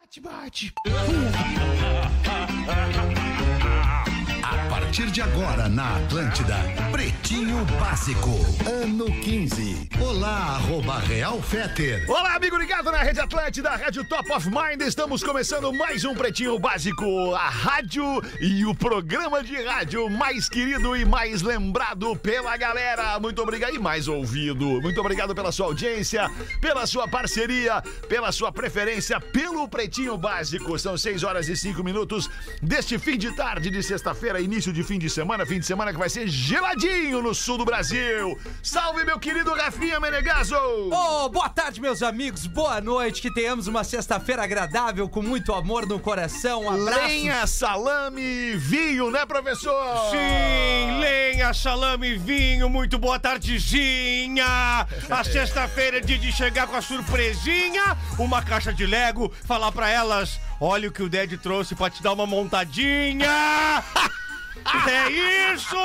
Bate, bate. A partir de agora na Atlântida, Pretinho Básico, ano 15. Olá, arroba Real Feter. Olá, amigo ligado na Rede Atlântida, Rádio Top of Mind. Estamos começando mais um Pretinho Básico, a rádio e o programa de rádio mais querido e mais lembrado pela galera. Muito obrigado e mais ouvido. Muito obrigado pela sua audiência, pela sua parceria, pela sua preferência, pelo Pretinho Básico. São 6 horas e 5 minutos deste fim de tarde de sexta-feira, início de fim de semana, fim de semana que vai ser geladinho no sul do Brasil. Salve, meu querido Rafinha Menegaso! Oh, boa tarde, meus amigos. Boa noite. Que tenhamos uma sexta-feira agradável, com muito amor no coração. Um Abraços. Lenha, salame, vinho, né, professor? Oh. Sim, lenha, salame, vinho, muito boa tardezinha. A sexta-feira é dia de chegar com a surpresinha, uma caixa de Lego, falar pra elas, olha o que o Ded trouxe pra te dar uma montadinha. É isso!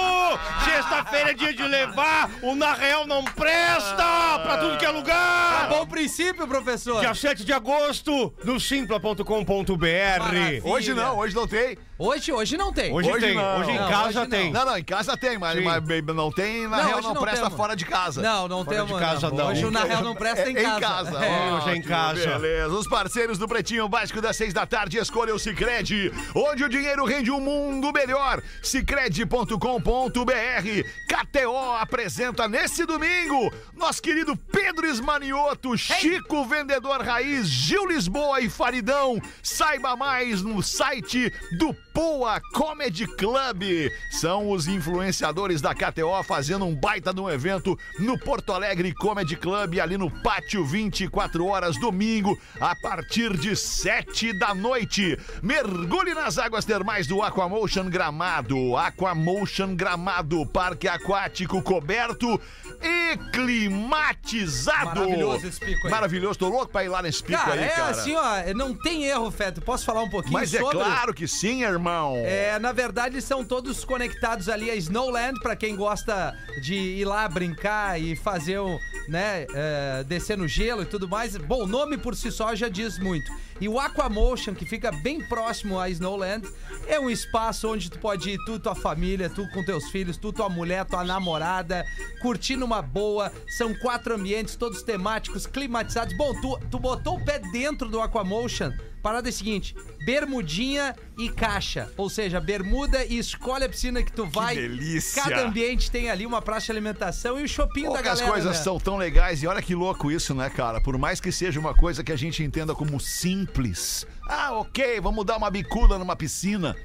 Sexta-feira é dia de levar, o Na Real não presta pra tudo que é lugar. Bom princípio, professor. Dia 7 de agosto, no simpla.com.br. Maravilha. Hoje não, hoje não tem. Hoje, hoje não tem. Hoje, Hoje tem, não. hoje em Não, casa hoje não. tem. Não, não, em casa tem, mas, Sim. mas, baby, não tem, na Não, real hoje não não presta temos. fora de casa. Não, não Fora temos. de casa, não. Hoje o Na Real não presta em É casa. É. ó. Hoje é em casa. Beleza. Os parceiros do Pretinho Básico das seis da tarde escolham o Cicred, onde o dinheiro rende um mundo melhor. Cicred.com.br. KTO apresenta nesse domingo nosso querido Pedro Esmanioto, Chico Vendedor Raiz, Gil Lisboa e Faridão. Saiba mais no site do Poa Comedy Club. São os influenciadores da KTO fazendo um baita de um evento no Porto Alegre Comedy Club, ali no Pátio 24 horas, domingo, a partir de 7 da noite. Mergulhe nas águas termais do Aquamotion Gramado. Aquamotion Gramado, parque aquático coberto e climatizado. Maravilhoso esse pico aí. Maravilhoso, tô louco pra ir lá nesse pico Cara, aí, é cara. assim, ó, não tem erro, Feto. Posso falar um pouquinho Mas é sobre? claro que sim, irmão. É, na verdade, eles são todos conectados ali a Snowland, pra quem gosta de ir lá brincar e fazer um, né, é, descer no gelo e tudo mais. Bom, o nome por si só já diz muito. E o Aquamotion, que fica bem próximo a Snowland, é um espaço onde tu pode ir tu, tua família, tu com teus filhos, tu, tua mulher, tua namorada, curtindo uma boa. São quatro ambientes, todos temáticos, climatizados. Bom, tu, tu botou o pé dentro do Aquamotion, Parada é a seguinte: bermudinha e caixa. Ou seja, bermuda e escolhe a piscina que tu vai. delícia. Cada ambiente tem ali uma praça de alimentação e o shopping da Poucas galera. coisas né? são tão legais e olha que louco isso, né, cara? Por mais que seja uma coisa que a gente entenda como simples. Ah, ok, vamos dar uma bicuda numa piscina.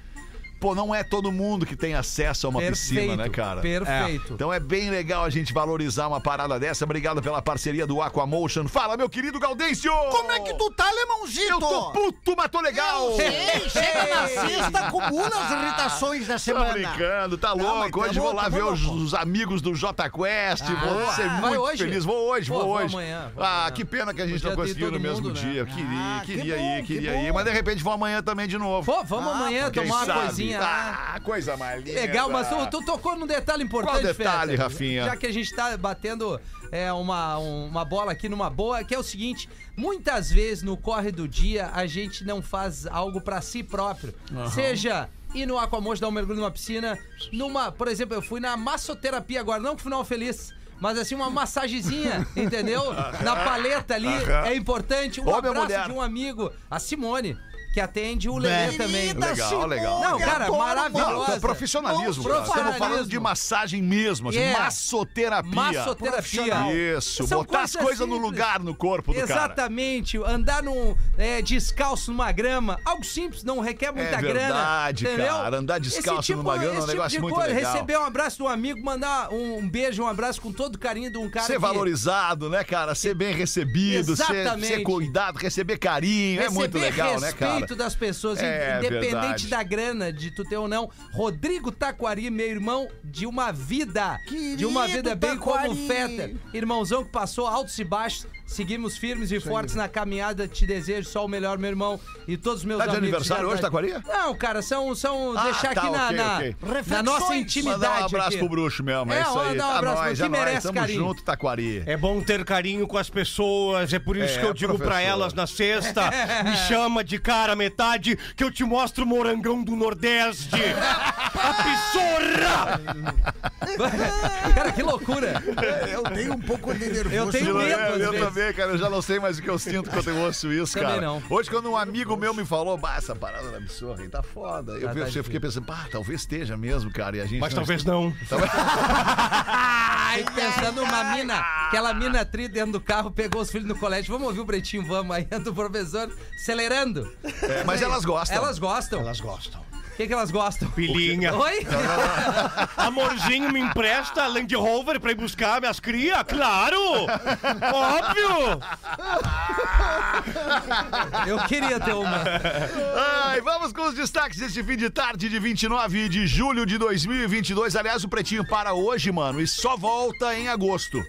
Pô, não é todo mundo que tem acesso a uma piscina, né, cara? Perfeito. Então é bem legal a gente valorizar uma parada dessa. Obrigado pela parceria do Aquamotion. Fala, meu querido Gaudêncio! Como é que tu tá, Lemãozito? Eu tô puto, mas tô legal! Ei, chega na sexta, acumula as irritações da Tô semana. brincando, tá Não, louco. mas tamo- hoje vou lá tamo ver os, louco. os amigos do Jota Quest. vou boa. ser Ah, Vai muito hoje? feliz. Vou hoje, Pô, vou vou hoje. amanhã, vou ah, amanhã. que pena que a gente Podia não ter conseguiu todo no mesmo mundo, né? dia. Eu Queria, Ah, que queria bom, ir, que queria ir. bom. Mas de repente vou amanhã também de novo. Pô, vamos amanhã Quem tomar Ah, sabe? uma coisinha lá. Ah, coisa mais linda. Legal, mas tu, tu tocou num detalhe importante, Qual detalhe, Feta? Rafinha? Já que a gente tá batendo é, uma, um- uma bola aqui numa boa, que é o seguinte: muitas vezes no corre do dia a gente não faz algo pra si próprio. Seja ir no aquamojo dar um mergulho numa piscina, numa. Por exemplo, eu fui na massoterapia agora, não que final feliz. Mas assim, uma massagezinha, entendeu? Na paleta ali, é importante. Um Homem ou mulher? abraço de um amigo, a Simone, que atende o Lelê É. também. Querida Legal, Simone, legal. Não, cara, adoro, maravilhoso. Não, tá profissionalismo, Bom, cara. Estamos profissionalismo. falando de massagem mesmo, assim, Yeah. massoterapia. Massoterapia. Isso, São botar as coisas no simples. lugar no corpo do cara. Exatamente, andar num, é, descalço numa grama, algo simples, não requer muita grana. É verdade, cara, andar descalço numa grama é um esse negócio tipo de muito coisa, legal. Receber um abraço de um amigo, mandar um, um beijo, um abraço com todo carinho de um cara. Ser que- valorizado, né, cara? Ser bem recebido, ser, Exatamente. ser cuidado, receber carinho. é Receber muito legal, né, respeito cara? das pessoas, É independente verdade. da grana, de tu ter ou não. Rodrigo Taquari, meu irmão, de uma vida. de uma Querido vida bem como Taquari. feta. Irmãozão que passou altos e baixos, Seguimos firmes e fortes na caminhada. Te desejo só o melhor, meu irmão. E todos os meus Tá de amigos. aniversário hoje, verdade. Não, cara, são. são Ah, deixar tá, aqui na, ok, na, ok. na Reflexões. nossa intimidade. Mandar um abraço aqui. pro bruxo mesmo, é, É, isso aí. mandar um abraço pro é nóis, que é nóis. merece Tamo carinho. junto, Taquari. É bom ter carinho com as pessoas, é por isso É, que eu digo pra professor. elas na sexta: me chama de cara a metade que eu te mostro o morangão do Nordeste. a pissorra! cara, que loucura. Eu tenho um pouco de nervoso. é? Eu tenho Eu, medo, eu, às eu vezes. também, cara, eu já não sei mais o que eu sinto quando eu ouço isso, Também cara. não. Hoje, quando um amigo meu me falou, bah, essa parada da absurda aí tá foda. Eu, Ah, vi- eu tá difícil. fiquei pensando, pá, talvez esteja mesmo, cara. E a gente Mas não talvez não. Aí pensando numa mina, aquela mina tri dentro do carro, pegou os filhos no colégio. Vamos ouvir o pretinho, vamos. Aí entra o professor acelerando. É, mas elas gostam. Elas gostam. Elas gostam. O que, que elas gostam? Pilinha. Oi? Amorzinho, me empresta a Land Rover pra ir buscar minhas cria? Claro! Óbvio! Eu queria ter uma. Ai, vamos com os destaques deste fim de tarde de 29 de julho de 2022. Aliás, o Pretinho para hoje, mano, e só volta em agosto.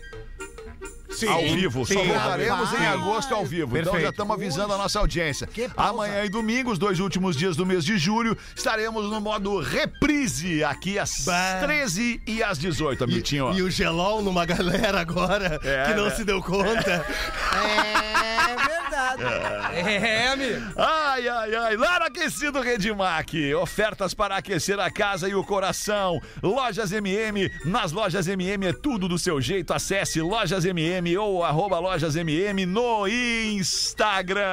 Sim, ao vivo. Só sim. voltaremos em Rapaz. agosto ao vivo. Então Perfeito. já estamos avisando a nossa audiência. Que pausa. Amanhã e domingo, os dois últimos dias do mês de julho, estaremos no modo reprise aqui às 13 e às 18, Amitinho. ó. E o Gelol numa galera agora É, que não né? se deu conta. É verdade. É, amigo. Ai, ai, ai. Lar Aquecido Redmac. Ofertas para aquecer a casa e o coração. Lojas MM. Nas lojas MM é tudo do seu jeito. Acesse Lojas MM ou arroba Lojas MM no Instagram.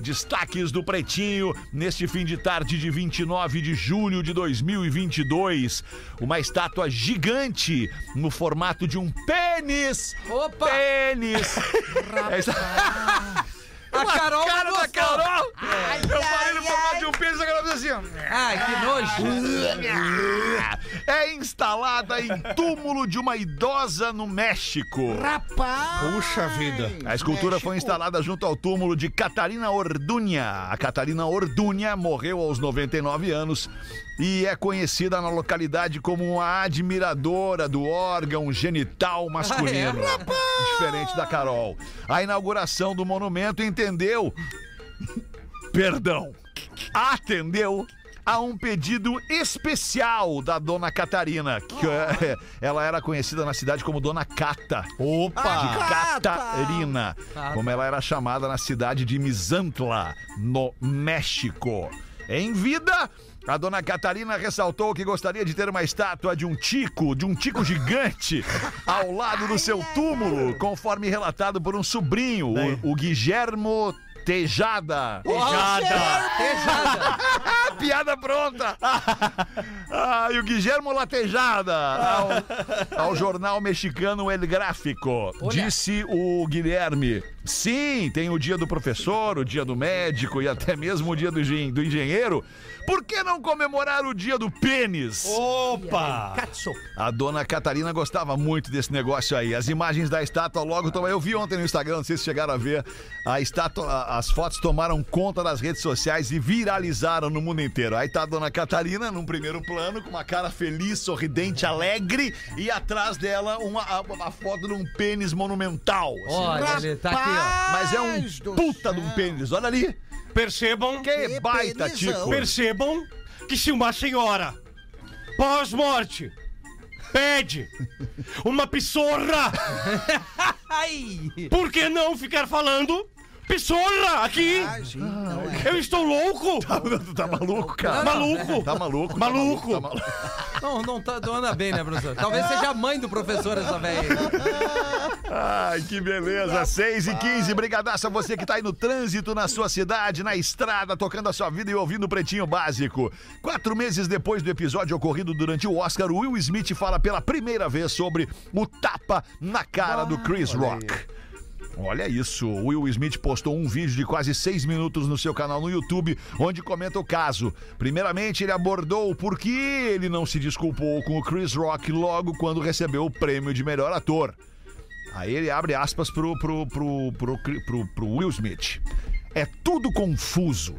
Destaques do Pretinho neste fim de tarde de 29 de julho de 2022. Uma estátua gigante no formato de um pênis. Opa! Pênis! É isso- A uma Carol cara não da gostou. Carol! eu falei no formato de um pênis, a Carol fez assim, ó. Ai, que nojo. É instalada em túmulo de uma idosa no México. Rapaz. Puxa vida. A escultura foi instalada junto ao túmulo de Catarina Orduña. A Catarina Orduña morreu aos 99 anos e é conhecida na localidade como uma admiradora do órgão genital masculino. Ah, é? Diferente da Carol. A inauguração do monumento entendeu. Perdão. Atendeu a um pedido especial da dona Catarina, que eh, ela era conhecida na cidade como Dona Cata de Opa! Catarina, Tá. como ela era chamada na cidade de Mizantla, no México. Em vida, a dona Catarina ressaltou que gostaria de ter uma estátua de um tico, de um tico gigante, ao lado do seu túmulo, conforme relatado por um sobrinho, o, o Guillermo Tejada. Jada. Beijada. Ah, piada pronta! Ah, e o Guillermo Latejada ao, ao jornal mexicano El Gráfico. Olha. Disse o Guilherme: sim, tem o dia do professor, o dia do médico e até mesmo o dia do, engen- do engenheiro. Por que não comemorar o dia do pênis? Oh. Opa! Katsu. A dona Catarina gostava muito desse negócio aí. As imagens da estátua logo tomaram. Eu vi ontem no Instagram, não sei se chegaram a ver. A estátua, a- as fotos tomaram conta das redes sociais e viralizaram no mundo inteiro. Aí tá a dona Catarina num primeiro plano, com uma cara feliz, sorridente, alegre, e atrás dela uma, a, a foto de um pênis monumental. assim. Olha, ele tá aqui, Mas é um Rapaz do puta céu. de um pênis, olha ali. Percebam Que, Que baita, penizão. Tico. Percebam que se uma senhora pós-morte pede uma pissorra, ó. Ai. por que não ficar falando pissorra aqui? Ah, gente, não é. Eu estou louco! Tu tá maluco, cara? Maluco! Tá maluco, tá Maluco. tá maluco. Não, não, tá, não anda bem, né, professor? Talvez seja a mãe do professor essa velha. aí. Ai, que beleza. 6 e 15 brigadaço a você que tá aí no trânsito, na sua cidade, na estrada, tocando a sua vida e ouvindo o Pretinho Básico. Quatro meses depois do episódio ocorrido durante o Oscar, o Will Smith fala pela primeira vez sobre o tapa na cara do Chris Rock. Olha isso, o Will Smith postou um vídeo de quase seis minutos no seu canal no YouTube, onde comenta o caso. Primeiramente, ele abordou o porquê ele não se desculpou com o Chris Rock logo quando recebeu o prêmio de melhor ator. Aí ele abre aspas pro, pro, pro, pro, pro, pro- pro Will Smith. É tudo confuso.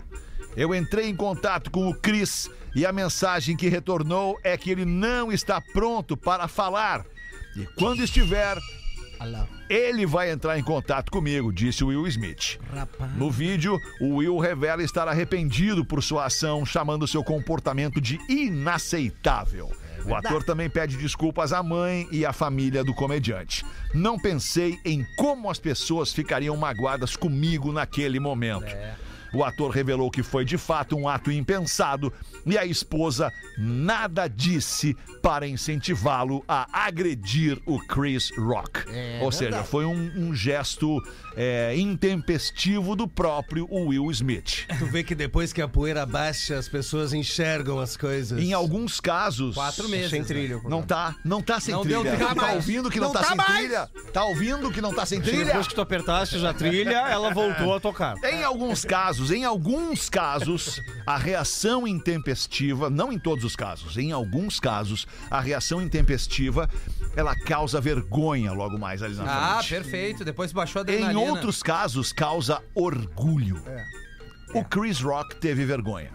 Eu entrei em contato com o Chris e a mensagem que retornou é que ele não está pronto para falar. E quando estiver, Olha lá, Ele vai entrar em contato comigo, disse Will Smith. rapaz. No vídeo, o Will revela estar arrependido por sua ação, chamando seu comportamento de inaceitável. O ator também pede desculpas à mãe e à família do comediante. Não pensei em como as pessoas ficariam magoadas comigo naquele momento. O ator revelou que foi de fato um ato impensado e a esposa nada disse para incentivá-lo a agredir o Chris Rock. É, Ou seja, foi um, um gesto é, intempestivo do próprio Will Smith. Tu vê que depois que a poeira baixa, as pessoas enxergam as coisas. Em alguns casos. Quatro meses. Sem né? trilho. o Não programa. tá, não tá sem Não deu trilha. trilha tá mais. ouvindo que não, Não tá, tá sem mais. trilha? Tá ouvindo que não tá sem trilha? Depois que tu apertaste já a trilha, ela voltou a tocar. É. Em alguns casos, em alguns casos, a reação intempestiva, não em todos os casos, em alguns casos, a reação intempestiva, ela causa vergonha logo mais ali na Ah, né? frente. perfeito. Depois baixou a Em adrenalina. outros casos, causa orgulho. É. O Chris Rock teve vergonha.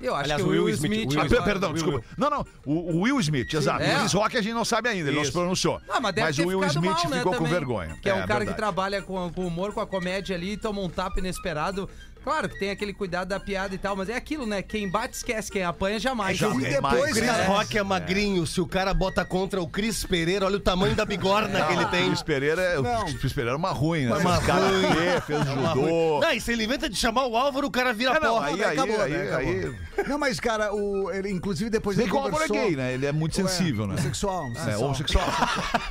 Eu acho Aliás, que o Will Smith... Ah, Will per- Smith. perdão, desculpa. Não, não. O, o Will Smith, exato. É. O Chris Rock a gente não sabe ainda, ele não se Isso. pronunciou. Ah, mas deve ter o Will ficado Smith mal, né, ficou com também, vergonha. Que é, um cara que verdade. trabalha com, com o humor, com a comédia ali, e toma um tapa inesperado. Claro que tem aquele cuidado da piada e tal, mas é aquilo, né? Quem bate esquece, quem apanha jamais. Já E vi. É depois, mais, Chris né? Rock é magrinho. Se o cara bota contra o Cris Pereira, olha o tamanho da bigorna que ele O tem. Cris Pereira, é- o Cris Pereira é uma ruim, né? Uma Fez karatê, ruim. fez É Uma judô. ruim. Não, e se ele inventa de chamar o Álvaro, o cara vira Ah, não, porra. aí, né? aí, Acabou, aí, né? Acabou. aí. Não, mas, cara, o, ele, inclusive depois Bem ele que o Álvaro é conversou... gay, né? Ele é muito sensível, né? Homossexual, É, homossexual. homossexual.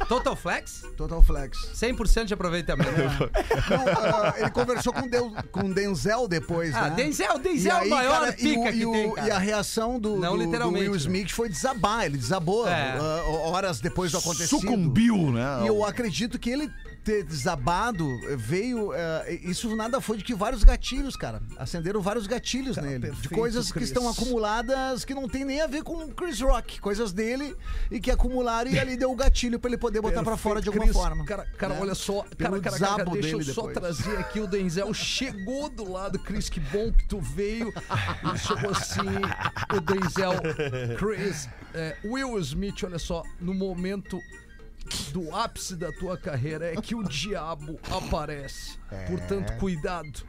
Total Flex, Total flex. 100% de aproveitamento. Não, ah, ele conversou com, Del, com Denzel depois, ah, né? Denzel, E Denzel é aí, o maior cara, e o- pica e que o- tem, cara. E a reação do, Não do- do literalmente, Will né? Smith foi desabar, ele desabou É. ah, horas depois do acontecido. Sucumbiu, né? E eu acredito que ele ter desabado eh, veio. eh, isso nada foi de que vários gatilhos, cara. Acenderam vários gatilhos nele. de perfeito, coisas que Chris. estão acumuladas que não tem nem a ver com o Chris Rock. Coisas dele e que acumularam e ali deu o gatilho pra ele poder botar Tá pra fora de alguma Cris, forma. Cara, cara Né? olha só. Cara, Pelo cara, cara, desabo deixa eu dele só depois. trazer aqui o Denzel. Chegou do lado, Cris, que bom que tu veio. Ele chegou assim, o Denzel. Chris, é, Will Smith, olha só, no momento do ápice da tua carreira é que o diabo aparece. É. Portanto, cuidado.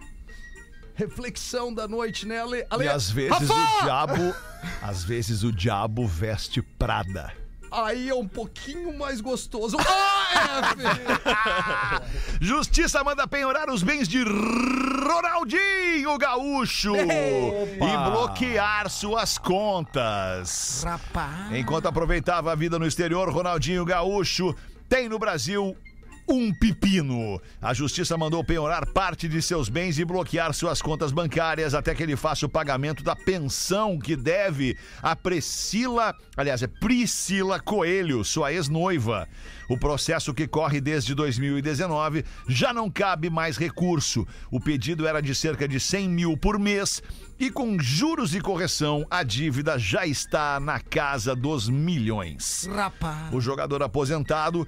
Reflexão da noite, né, Ale? Ale E às vezes o diabo. Às vezes o diabo veste Prada. Aí é um pouquinho mais gostoso. Ah, é, filho. Justiça manda penhorar os bens de Ronaldinho Gaúcho e bloquear suas contas. Rapaz. Enquanto aproveitava a vida no exterior, Ronaldinho Gaúcho tem no Brasil um pepino. A justiça mandou penhorar parte de seus bens e bloquear suas contas bancárias até que ele faça o pagamento da pensão que deve a Priscila, aliás, é Priscila Coelho, sua ex-noiva. O processo que corre desde 2019 já não cabe mais recurso. O pedido era de cerca de 100 mil por mês e com juros e correção, a dívida já está na casa dos milhões. Rapaz. O jogador aposentado,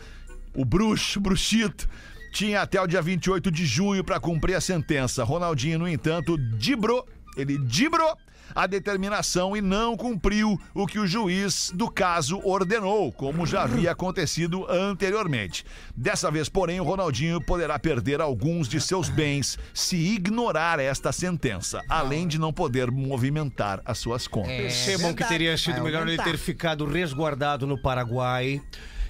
o bruxo, bruxito, tinha até o dia 28 de junho para cumprir a sentença. Ronaldinho, no entanto, dibrou, ele dibrou a determinação e não cumpriu o que o juiz do caso ordenou, como já havia acontecido anteriormente. Dessa vez, porém, o Ronaldinho poderá perder alguns de seus bens se ignorar esta sentença, além de não poder movimentar as suas contas. Percebam que verdade. teria sido Vai melhor ele aumentar. ter ficado resguardado no Paraguai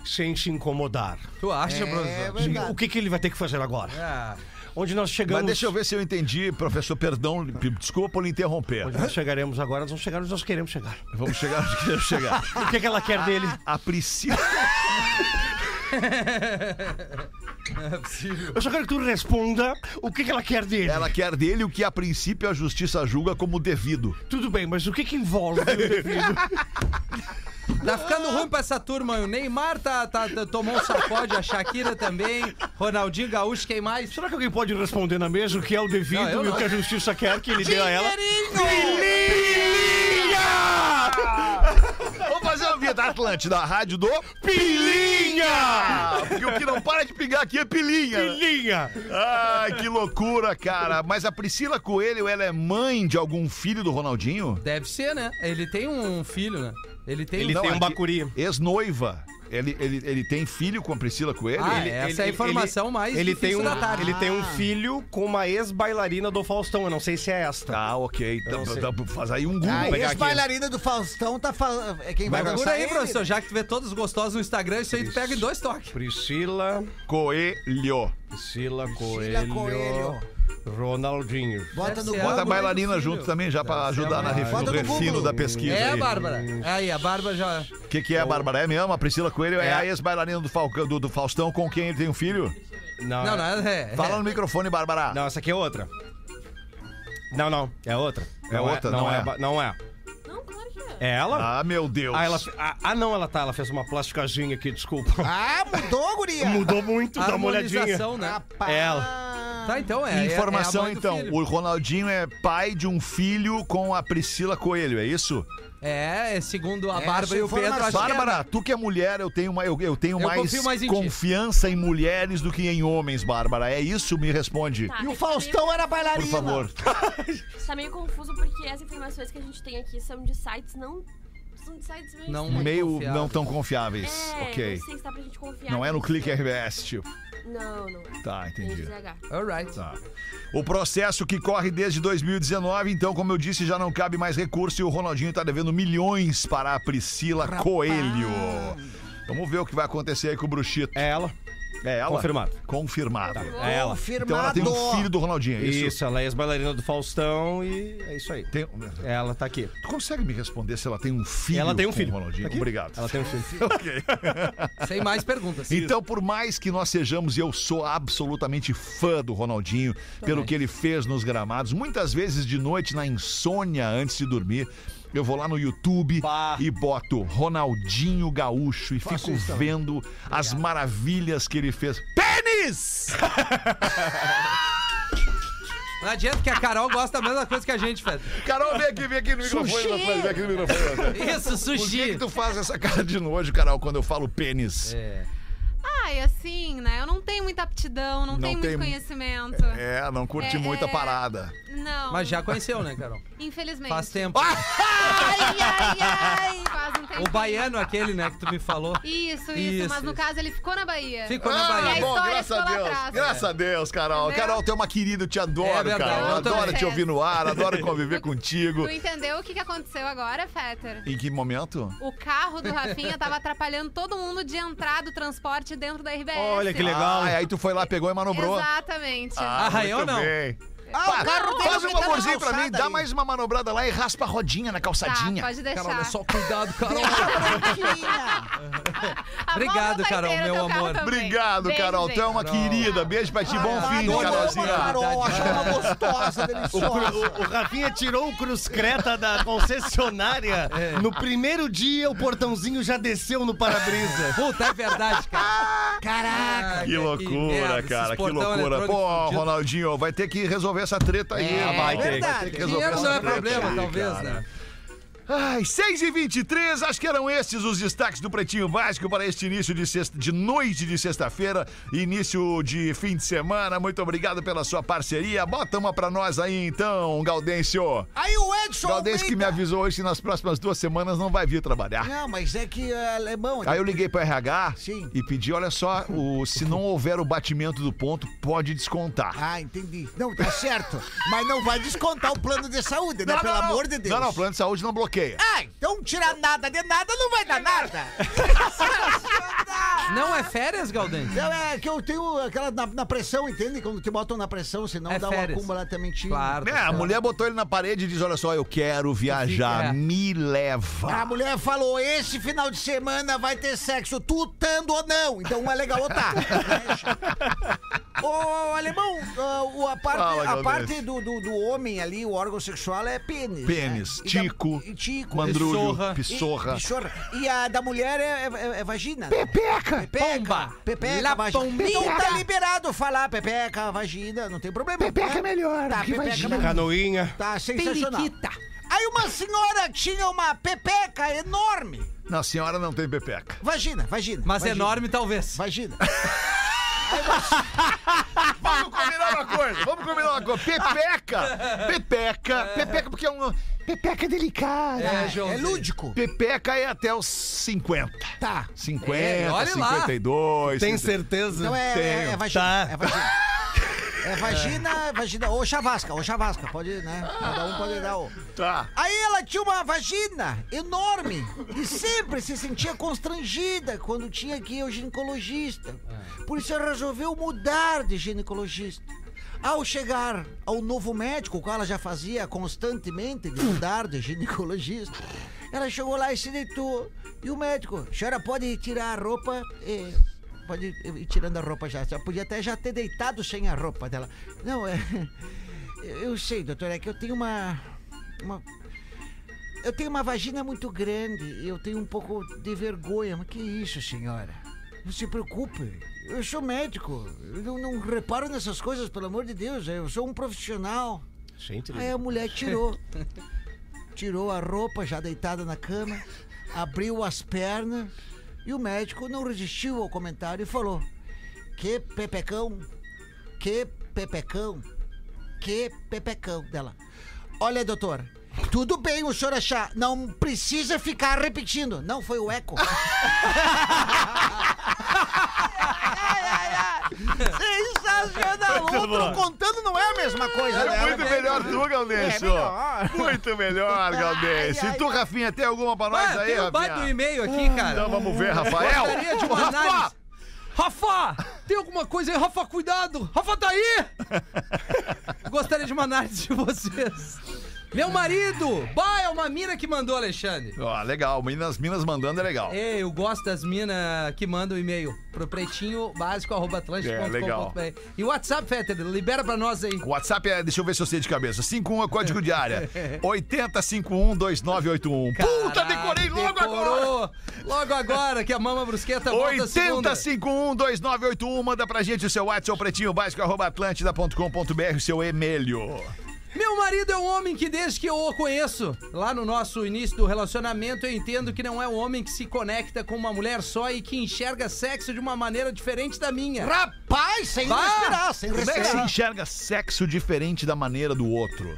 sem se incomodar. Tu acha, É professor? verdade. O que, que ele vai ter que fazer É. agora? Ah, Onde nós chegamos? Mas deixa eu ver se eu entendi, professor, perdão, pe- desculpa por lhe interromper. Onde nós chegaremos agora, nós vamos chegar onde nós queremos chegar. Vamos chegar onde queremos chegar. O que, que ela quer dele? A Priscila. é possível. Eu só quero que tu responda o que, que ela quer dele. Ela quer dele o que a princípio a justiça julga como devido. Tudo bem, mas o que, que envolve o devido? Tá ficando ruim pra essa turma. O Neymar tá, tá, tá- tomou um sacode, a Shakira também, Ronaldinho Gaúcho, quem mais? Será que alguém pode responder na mesa o que é o devido Não, eu e o não. que a justiça quer que ele dê a ela? Vamos fazer uma vinheta Atlântida, a rádio do Pilinha! Ah, porque o que não para de pingar aqui é pilinha. né? Pilinha! Ai, que loucura, cara. Mas a Priscila Coelho, ela é mãe de algum filho do Ronaldinho? Deve ser, né? Ele tem um filho, né? Ele tem Ele um... tem um aqui- bacuri. Ex-noiva. Ele, ele, ele tem filho com a Priscila Coelho? Ah, ele... essa é a informação mais ele tem difícil um, da tarde. Ah. Ele tem um filho com uma ex-bailarina do Faustão. Eu não sei se é esta. Tá, ok. Então, sei. tá, faz aí um Google. Ah, Pega esse aqui. bailarina do Faustão tá falando. É quem vai Procura dançar aí, ele. professor, já que tu vê todos os gostosos no Instagram, isso aí tu pega em dois toques. Priscila, Coelho. Priscila, Coelho, Coelho, Ronaldinho. Bota no Deve Bota ser ela. a Google. bailarina filho. junto também, já pra Deve ser ajudar a na mãe. ref- no Bota no refino Google. da pesquisa. É, aí. Bárbara. Aí, a Bárbara já. O que, que é, Bárbara? É mesmo? A Priscila Coelho é, a ex-bailarina do, Falcão- do- do Faustão com quem ele tem um filho? Ah, Não, não, é. é. Fala no microfone, Bárbara. Não, essa aqui é outra. Não, não, é outra. É outra, não é. ba- Não é. Não, claro que é. É ela? Ah, meu Deus. Ah, ela fe- ah, ah, não, ela tá, ela fez uma plasticazinha aqui, desculpa. Ah, mudou, guria. Mudou muito, dá uma olhadinha. é Harmonização, né? Rapaz. Ela. Tá, então é. é- é Informação a mãe do então, filho. o Ronaldinho é pai de um filho com a Priscila Coelho, é isso? É, é segundo a Essa Bárbara e o Pedro. informação- acho que é, Bárbara, né? tu que é mulher, eu tenho, ma- eu, eu tenho Eu mais, confio mais em ti. confiança em mulheres do que em homens, Bárbara. É isso? Me responde, Tá, E o é que tá Faustão era por bailarina. favor. meio- Tá meio confuso porque as informações que a gente tem aqui são de sites não. São de sites meio. Não estranhos. Meio confiável. não tão confiáveis, É, ok. Não sei se dá pra gente confiar. Não é no nisso. Clique RBS, tipo. Não, não. é. Tá, Tem entendi. GZH. Alright. Tá. O processo que corre desde 2019, então, como eu disse, já não cabe mais recurso e o Ronaldinho está devendo milhões para a Priscila Coelho. Vamos ver o que vai acontecer aí com o Bruxito. É ela. É ela? Confirmado. Confirmado. É ela. Então ela Confirmado. tem um filho do Ronaldinho, é isso? Isso, ela é ex-bailarina do Faustão e é isso aí. Tem- Ela tá aqui. Tu consegue me responder se ela tem um filho? ela tem um com filho. O Ronaldinho? Tá aqui? Obrigado. Ela tem um filho. Ok. Sem mais perguntas. Então, por mais que nós sejamos, e eu sou absolutamente fã do Ronaldinho, pelo que ele fez nos gramados, muitas vezes de noite, na insônia, antes de dormir, eu vou lá no YouTube Bah. e boto Ronaldinho Gaúcho e fico vendo as maravilhas que ele fez. Pênis! Não adianta que a Carol gosta da mesma coisa que a gente, Fred. Carol, vem aqui, vem aqui no microfone. Sushi! Lafleur, Vem aqui no microfone. Lafleur. Isso, Por é que, sushi. que tu faz essa cara de nojo, Carol, quando eu falo pênis? É. Ai, assim, né? Eu não tenho muita aptidão, não, Não tenho tem- muito conhecimento. É, não curte É, muito a é. parada. Não. Mas já conheceu, né, Carol? Infelizmente. Faz tempo. Ah! Ai, ai, ai. Faz um O tempinho. baiano aquele, né, que tu me falou. Isso, isso, Isso, Mas no isso. caso ele ficou na Bahia. Ficou na Bahia. e a Ah, bom, história graças a ficou lá Deus. atrás. Graças a Deus, Carol. Entendeu? Carol, tu é uma querida, eu te adoro, verdade, Carol. eu adoro também. te ouvir no ar, adoro conviver contigo. Tu entendeu o que, que aconteceu agora, Fetter? Em que momento? O carro do Rafinha tava atrapalhando todo mundo de entrar do transporte dentro da RBS. Olha que legal. Ah, aí tu foi lá, pegou e manobrou. Exatamente. Arraiou, muito não? bem. Ah, o carro dele Faz um fica na favorzinho pra mim, calçada dá ali. mais uma manobrada lá e raspa a rodinha na tá, calçadinha. pode deixar. Carol, olha só cuidado, Carol. Branquinha. A Obrigado, volta vai Carol, ter no meu teu carro amor. também. Obrigado, Beijo, Carol. Tu é uma Carol. querida. Beijo pra ti. Bom Ah, fim, adorou uma Carolzinha. Carol, achei uma gostosa, O, deliciosa. o- o Rafinha tirou o Cruz Creta da concessionária. No primeiro dia, o portãozinho já desceu no para-brisa. Puta, é verdade, cara. Ah! Caraca. Ai, Que loucura, merda, cara, que esses portão loucura. eletrônico Pô, fudido. Ronaldinho, vai ter que resolver essa treta aí. É, vai ter, verdade. vai ter que resolver Dinheiro essa não é treta problema, aí, talvez, cara. né? Ai, 6 e 23 acho que eram estes os destaques do Pretinho Básico para este início de, sexta- de noite de sexta-feira, início de fim de semana. Muito obrigado pela sua parceria. Bota uma pra nós aí então, Gaudêncio. Aí o Edson Gaudêncio que me Almeida. avisou hoje que nas próximas duas semanas não vai vir trabalhar. Não, mas é que é alemão. Aí eu liguei pro RH Sim. e pedi, olha só, o, se não houver o batimento do ponto, pode descontar. Ah, entendi. Não, tá certo. Mas não vai descontar o plano de saúde, né? Pelo amor de Deus. Não, não, plano de saúde não bloqueia. Ah, então tirar nada de nada não vai dar nada. Não é férias, Galdente? Não, é que eu tenho aquela na, na pressão, entende? Quando te botam na pressão, senão É dá férias. uma cumulativamente. Claro. É, tá a certo. mulher botou ele na parede e diz, olha só, eu quero viajar, é. me leva. A mulher falou: esse final de semana vai ter sexo, tu tando ou não. Então um é legal ou tá. Ô, alemão, ah, o- a parte, Fala, a Galdêncio. parte do, do, do homem ali, o órgão sexual é pênis. Pênis, né? E da- tico, e tico, Mandrulho, Pissorra. pissorra. E, pissorra. E a da mulher é, é- é vagina. né? Pepeca! Pepeca. Pomba. Pepeca, La vagina. pombinha. Então tá liberado falar pepeca, vagina, não tem problema. Pepeca é melhor, Tá, que pepeca é vagina. melhor. Canoinha. Tá sensacional. Aí uma senhora tinha uma pepeca enorme. Não, a senhora não tem pepeca. Vagina, vagina. Mas é vagina. enorme, talvez. Vagina. Vamos combinar uma coisa, vamos combinar uma coisa. Pepeca, pepeca, pepeca porque é um... Pepeca delicada. É, João. É lúdico. Pepeca é até os 50. Tá. 50, É, olha lá. 52. Tem 50. certeza? Então é, é, é vagina. Tá. Ah, É vagina. É vagina, é vagina. Ou chavasca, ou chavasca. Pode, né? Cada um pode dar o. Tá. Aí ela tinha uma vagina enorme e sempre se sentia constrangida quando tinha que ir ao ginecologista. Por isso ela resolveu mudar de ginecologista. Ao chegar ao novo médico, o qual ela já fazia constantemente de mudar de ginecologista, ela chegou lá e se deitou. E o médico, a senhora pode tirar a roupa. eh, pode ir tirando a roupa já. A senhora podia até já ter deitado sem a roupa dela. Não, é. Eu sei, doutora, é que eu tenho uma. uma eu tenho uma vagina muito grande e eu tenho um pouco de vergonha. Mas que isso, senhora? Não se preocupe. Eu sou médico. Eu não, não reparo nessas coisas, pelo amor de Deus. Eu sou um profissional. Gente, Aí a mulher tirou. tirou a roupa, já deitada na cama, abriu as pernas e o médico não resistiu ao comentário e falou: Que pepecão, que pepecão, que pepecão dela. Olha, doutor. Tudo bem o senhor achar, não precisa ficar repetindo. Não foi o eco. Sensacional! Muito Outro bom. contando não é a mesma coisa, né? É muito melhor tu, Galdêncio. É melhor. Muito melhor, Galdêncio. E tu, Rafinha, tem alguma pra nós Ah, aí, tem um baita do Rafinha? e-mail Hum. aqui, cara. Então vamos ver, Rafael. Gostaria de Ô, uma análise. Rafa, tem alguma coisa aí? Rafa, cuidado! Rafa, tá aí! Gostaria de uma análise de vocês. Meu marido! Bah, é uma mina que mandou, Alexandre. Ó, legal. Minas, Minas mandando é legal. É, eu gosto das minas que mandam e-mail pro pretinho básico arroba É, legal. atlântico.com.br. E o WhatsApp, Fetter, libera pra nós aí. O WhatsApp é, deixa eu ver se eu sei de cabeça. 51 é código de área. 80512981. Puta, Caralho, decorei logo agora! decorou. Logo agora que a Mama Brusqueta volta segunda. 80512981, manda pra gente o seu WhatsApp, seu pretinho básico, arroba atlântida.com.br, o seu e-mail. Meu marido é um homem que desde que eu o conheço, lá no nosso início do relacionamento, eu entendo que não é um homem que se conecta com uma mulher só e que enxerga sexo de uma maneira diferente da minha. Rapaz, sem Bah! respirar, sem Como é que se respirar. enxerga sexo diferente da maneira do outro?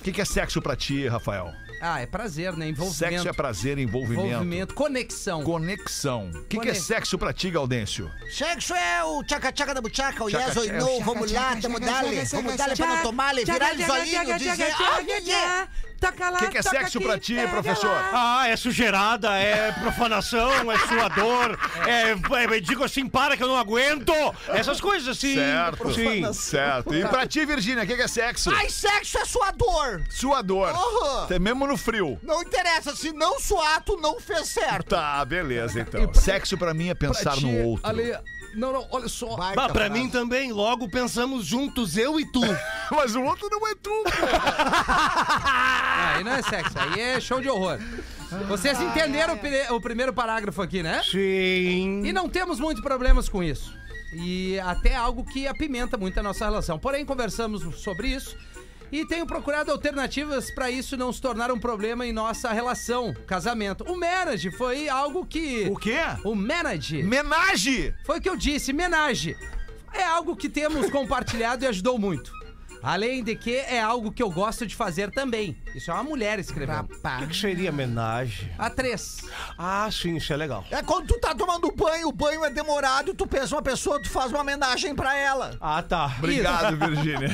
O que, que é sexo pra ti, Rafael? Ah, é prazer, né? Envolvimento. Sexo é prazer, envolvimento. Envolvimento, conexão. Conexão. O que, que é Conex- sexo pra ti, Gaudêncio? Sexo é o tchaca-tchaca da buchaca, o yes Tchaca-tchaca. ou no, vamos lá, tamo dali, vamos dali pra não tomar, ali, virar os olhinhos, dizer, ah, iê, iê. O Ah, que, que é sexo pra ti, professor? Ah, é sujeirada, é profanação, é suador, é, é- Digo assim, para que eu não aguento! Essas coisas assim. Certo. Sim. Certo. E pra ti, Virgínia, o que, que é sexo? Ai, sexo é sua dor. Suador. Porra. Até mesmo no frio. Não interessa, se não suar, tu não fez certo. Tá, beleza, então. Sexo pra mim é pensar no outro. Ali... Não, não, olha só. Bah, pra mim também, logo pensamos juntos, eu e tu. Mas o outro não é tu. Ah, Aí não é sexo, aí é show de horror. Vocês entenderam o pri- o primeiro parágrafo aqui, né? Sim. E não temos muitos problemas com isso. E até algo que apimenta muito a nossa relação. Porém, conversamos sobre isso e tenho procurado alternativas para isso não se tornar um problema em nossa relação, casamento. O marriage foi algo que. O quê? O marriage. Menage! Foi o que eu disse, menage. É algo que temos compartilhado e ajudou muito. Além de que é algo que eu gosto de fazer também. Isso é uma mulher escrevendo. O que, que seria homenagem? A três. Ah, sim, isso é legal. É quando tu tá tomando banho, o banho é demorado, tu pensa uma pessoa, tu faz uma homenagem pra ela. Ah, tá. Obrigado, Virgínia.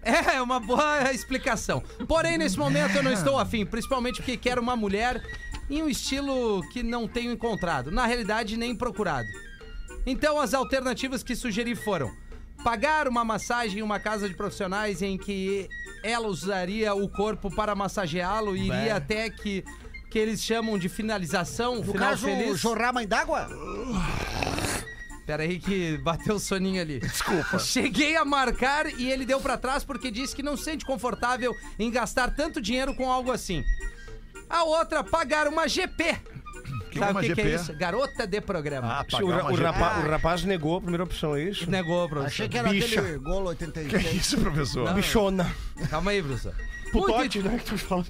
É, uma boa explicação. Porém, nesse momento eu não estou afim, principalmente porque quero uma mulher em um estilo que não tenho encontrado. Na realidade, nem procurado. Então, as alternativas que sugeri foram pagar uma massagem em uma casa de profissionais em que ela usaria o corpo para massageá-lo e iria até que, que eles chamam de finalização, No final caso, feliz. jorrar mãe d'água? Pera aí que bateu o soninho ali. Desculpa. Cheguei a marcar e ele deu pra trás porque disse que não se sente confortável em gastar tanto dinheiro com algo assim. A outra, pagar uma GP. Que Sabe uma o que, que é GP? isso? Garota de programa. Ah, O, pagar ra- uma o janta. rapa- o rapaz negou a primeira opção, é isso? Negou, professor. Achei que era Bicha. aquele golo Que 86. isso, professor? Bichona. Calma aí, professor. Putote, né? Que tu fala.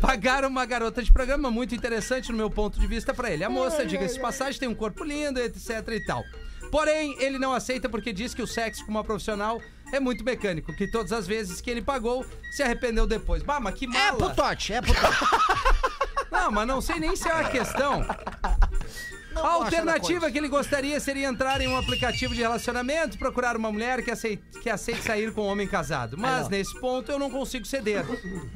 Pagar uma garota de programa muito interessante no meu ponto de vista pra ele. A moça, diga-se de passagem, tem um corpo lindo, etc e tal. Porém, ele não aceita porque diz que o sexo com uma profissional é muito mecânico, que todas as vezes que ele pagou, se arrependeu depois. Bah, mas que É mala! putote, é putote. Não, mas não sei nem se é uma questão. Não A gosto da alternativa coisa. que ele gostaria seria entrar em um aplicativo de relacionamento, procurar uma mulher que aceite, que aceite sair com um homem casado. Mas nesse ponto eu não consigo ceder.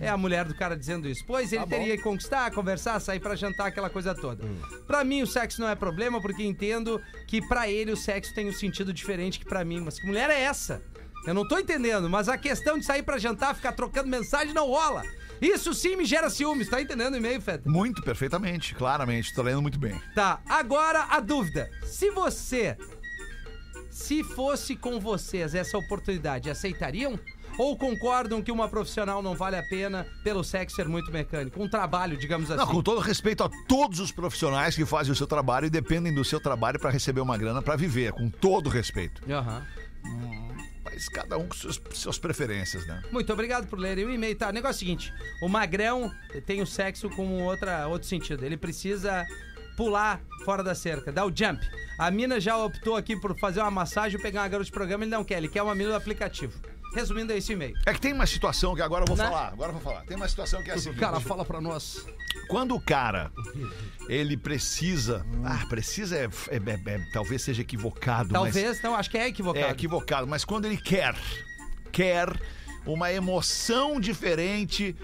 É a mulher do cara dizendo isso. Pois ele teria que conquistar, conversar, sair pra jantar, aquela coisa toda. Pra mim o sexo não é problema, porque entendo que pra ele o sexo tem um sentido diferente que pra mim. Mas que mulher é essa? Eu não tô entendendo, mas a questão de sair pra jantar, ficar trocando mensagem não rola. Isso sim me gera ciúmes, tá entendendo o e-mail, Feta? Muito perfeitamente, claramente. Tô lendo muito bem. Tá, agora a dúvida. Se você. Se fosse com vocês essa oportunidade, aceitariam? Ou concordam que uma profissional não vale a pena pelo sexo ser muito mecânico? Um trabalho, digamos assim. Não, com todo respeito a todos os profissionais que fazem o seu trabalho e dependem do seu trabalho para receber uma grana para viver, com todo respeito. Aham. Mas cada um com suas, suas preferências, né? Muito obrigado por lerem o e-mail. Tá, o negócio é o seguinte: o magrão tem o sexo com outra, outro sentido. Ele precisa pular fora da cerca, dar o jump. A mina já optou aqui por fazer uma massagem, pegar uma garota de programa, ele não quer, ele quer uma mina do aplicativo. Resumindo, é esse e-mail. É que tem uma situação que agora eu vou Né? falar. Agora eu vou falar. Tem uma situação que é a seguinte. fala pra nós. quando o cara ele precisa, ah, precisa é, é- é- é- talvez seja equivocado, Talvez, não, acho que é mas equivocado. é equivocado, mas quando ele quer, quer uma emoção diferente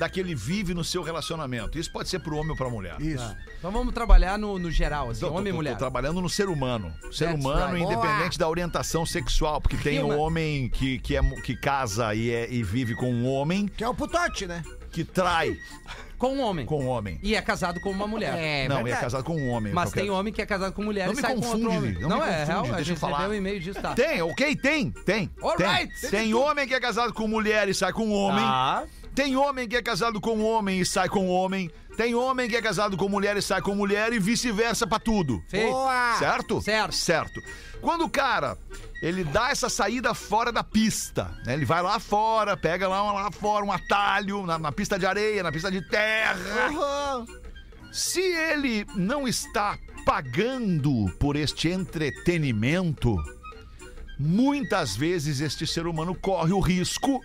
da que ele vive no seu relacionamento. Isso pode ser pro homem ou pra mulher. Então, Isso. Então vamos trabalhar no, no geral, assim, Tô- tô- homem e tô- tá- mulher. Tô trabalhando no ser humano. Ser That's humano, right. independente da orientação sexual, porque tem o Human. homem que, que, é, mu- que casa e, é- e vive com um homem, Que é o putote, né? que trai Com um homem. com um homem. E é casado com uma mulher. não, e é casado com um homem. Mas qualquer- tem homem que é casado com mulher Não e me sai com confunde, outro homem. não me confunde, é real, a deixa eu gente falar. recebeu um e-mail disso, tá? Tem, ok, tem, tem. All tem. right. tem homem que é casado com mulher e sai com homem. Tá. Tem homem que é casado com homem e sai com homem. Tem homem que é casado com mulher e sai com mulher e vice-versa pra tudo. Feito. Certo? Certo. Certo. Quando o cara, ele dá essa saída fora da pista, né? Ele vai lá fora, pega lá, um- lá fora um atalho, na, na pista de areia, na pista de terra. Se ele não está pagando por este entretenimento, muitas vezes este ser humano corre o risco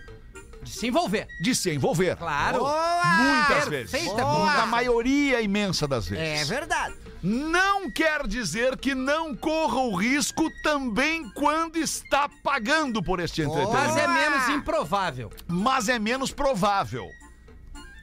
De se envolver. de se envolver. Claro. Muitas Perfeita vezes. pergunta. Na maioria imensa das vezes. É verdade. Não quer dizer que não corra o risco também quando está pagando por este Mas é entretenimento. menos improvável. Mas é menos provável.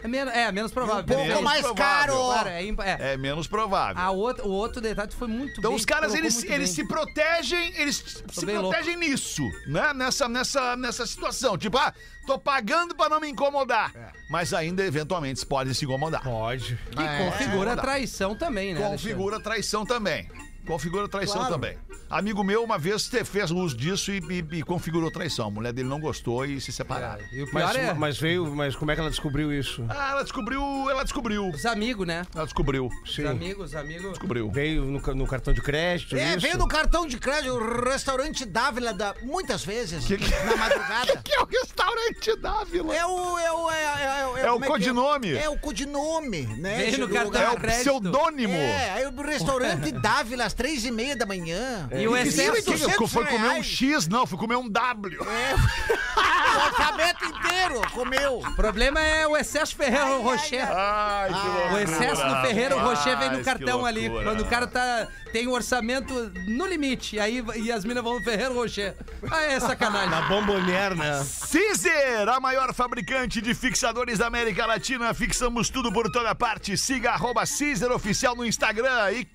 É menos, é, menos Um provável. Um pouco Menos mais provável. caro. Claro, é, imp- é. É menos provável. A outra, o outro detalhe foi muito Então bem, os caras, colocou eles, muito eles bem. se protegem, eles se bem louco. protegem nisso, né? Nessa, nessa, nessa situação. Tipo, ah, tô pagando pra não me incomodar. Mas ainda, eventualmente, podem se incomodar. Pode. Que É, configura a traição também, né? Alexandre? É, Configura traição também. Configura traição Claro. também. Amigo meu, uma vez, te- fez uso disso e, e- e configurou traição. A mulher dele não gostou e se separaram. E o pior Mas, é mas veio, mas como é que ela descobriu isso? Ah, ela descobriu, ela descobriu. os amigos, né? Ela descobriu. Sim. Os amigos, os amigos. Descobriu. Veio no, ca- no cartão de crédito. É, isso? veio no cartão de crédito, o restaurante Dávila, da, muitas vezes, na madrugada. Que é o restaurante da vila. É o. É o, é, é- é- É o como que codinome. É? o codinome, né? Veio no Do cartão lugar. É o crédito. pseudônimo. É, aí o restaurante Dávila às três e meia da manhã. E o excesso. 800 Que- Foi comer um reais. X, não, foi comer um W. O alfabeto inteiro comeu. O problema é o excesso Ferreiro Rocher. Ai, que loucura. O excesso do Ferreiro Rocher vem no rapaz, cartão Ah, que ali. loucura. Quando o cara tá, tem o orçamento no limite. E aí e as minas vão no Ferreiro Rocher. Ah, é sacanagem. A bombonier, né? Cizer, a maior fabricante de fixadores da América Latina. Fixamos tudo por toda parte. Siga arroba Cizer Oficial no Instagram e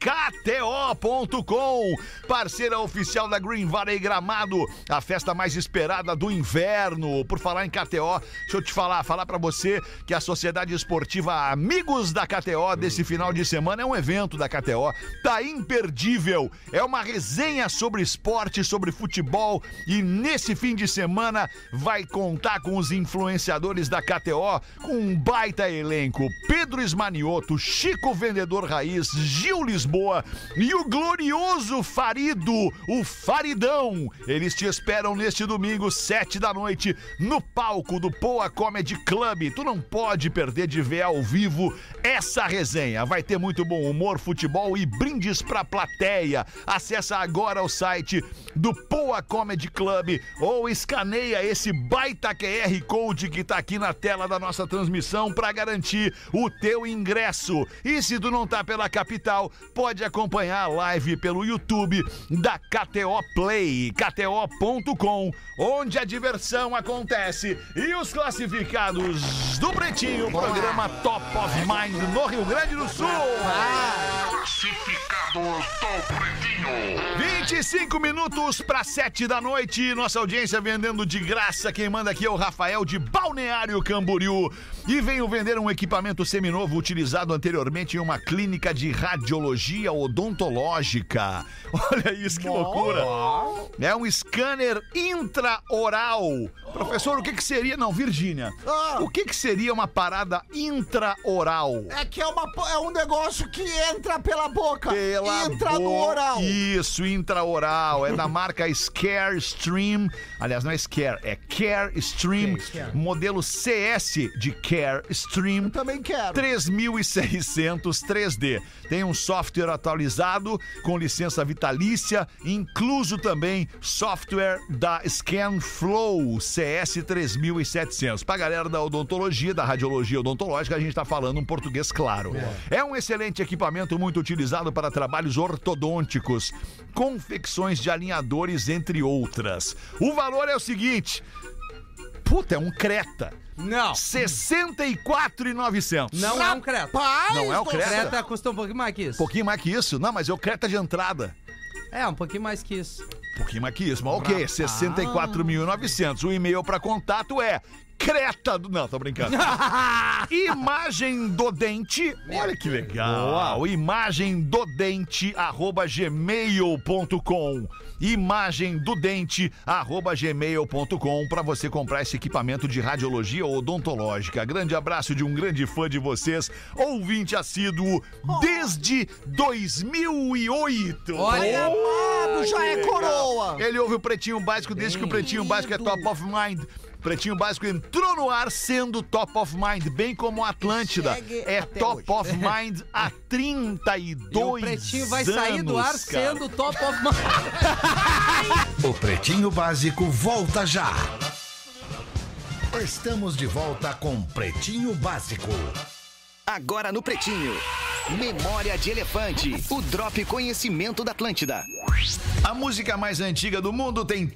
KTO.com. Parceira oficial da Green Valley Gramado, a festa mais esperada do inverno. Por falar em KTO, deixa eu te falar, falar pra você que a Sociedade Esportiva Amigos da KTO desse final de semana é um evento da KTO. Tá imperdível. É uma resenha sobre esporte, sobre futebol e nesse fim de semana vai contar com os influenciadores da KTO com um baita elenco: Pedro Esmanioto, Chico Vendedor Raiz, Gil Lisboa e o glorioso Farido, o Faridão. Eles te esperam neste domingo, sete da noite, no palco do do Poa Comedy Club. Tu não pode perder de ver ao vivo essa resenha. Vai ter muito bom humor, futebol e brindes pra plateia. Acessa agora o site do Poa Comedy Club ou escaneia esse baita QR Code que tá aqui na tela da nossa transmissão para garantir o teu ingresso. E se tu não tá pela capital, pode acompanhar a live pelo YouTube da KTO Play, kto.com, onde a diversão acontece e os classificados do Pretinho, programa Top of Mind no Rio Grande do Sul. 25 minutos para 7 da noite. Nossa audiência vendendo de graça. Quem manda aqui é o Rafael de Balneário Camboriú. E venho vender um equipamento seminovo utilizado anteriormente em uma clínica de radiologia odontológica. Olha isso, que loucura. É um scanner intraoral. Professor, o que, que seria. Não, Virgínia. Ah. O que, que seria uma parada intraoral? É que é, uma, po- é um negócio que entra pela boca. Pela entra no boca. oral. Isso, intraoral. É da marca Scare Stream. Aliás, não é Scare, é Care Stream. Modelo CS de Care Stream. Também quero. 3600 3D. Tem um software atualizado com licença vitalícia, incluso também software da ScanFlow CS 3700. Pra galera da odontologia, da radiologia odontológica, a gente tá falando um português claro. É um excelente equipamento muito utilizado para trabalhos ortodônticos, confecções de alinhadores, entre outras. O valor é o seguinte: Puta, é um Creta. Não. 64,900. Não é um creta. Não é o Creta? Creta custa um pouquinho mais que Um isso. pouquinho mais que isso. Não, mas é o Creta de entrada. É, um pouquinho mais que isso. Um pouquinho mais que isso. Mas ok, 64.900. O e-mail para contato é Creta do... Não, tô brincando. Imagem do dente. Olha que legal. Imagem do dente, arroba gmail.com. Imagem do dente, arroba gmail.com. Pra você comprar esse equipamento de radiologia odontológica. Grande abraço de um grande fã de vocês, ouvinte assíduo desde 2008. Olha, É Amado, já é coroa. Ele ouve o Pretinho Básico desde que o Pretinho Básico é top of mind. Pretinho Básico entrou no ar sendo top of mind, bem como a Atlântida. Segue É até top hoje. of mind há E 32 o pretinho vai sair do ar anos, cara. sendo top of mind. O Pretinho Básico volta já. Estamos de volta com Pretinho Básico. Agora no Pretinho. Memória de Elefante. O Drop Conhecimento da Atlântida. A música mais antiga do mundo tem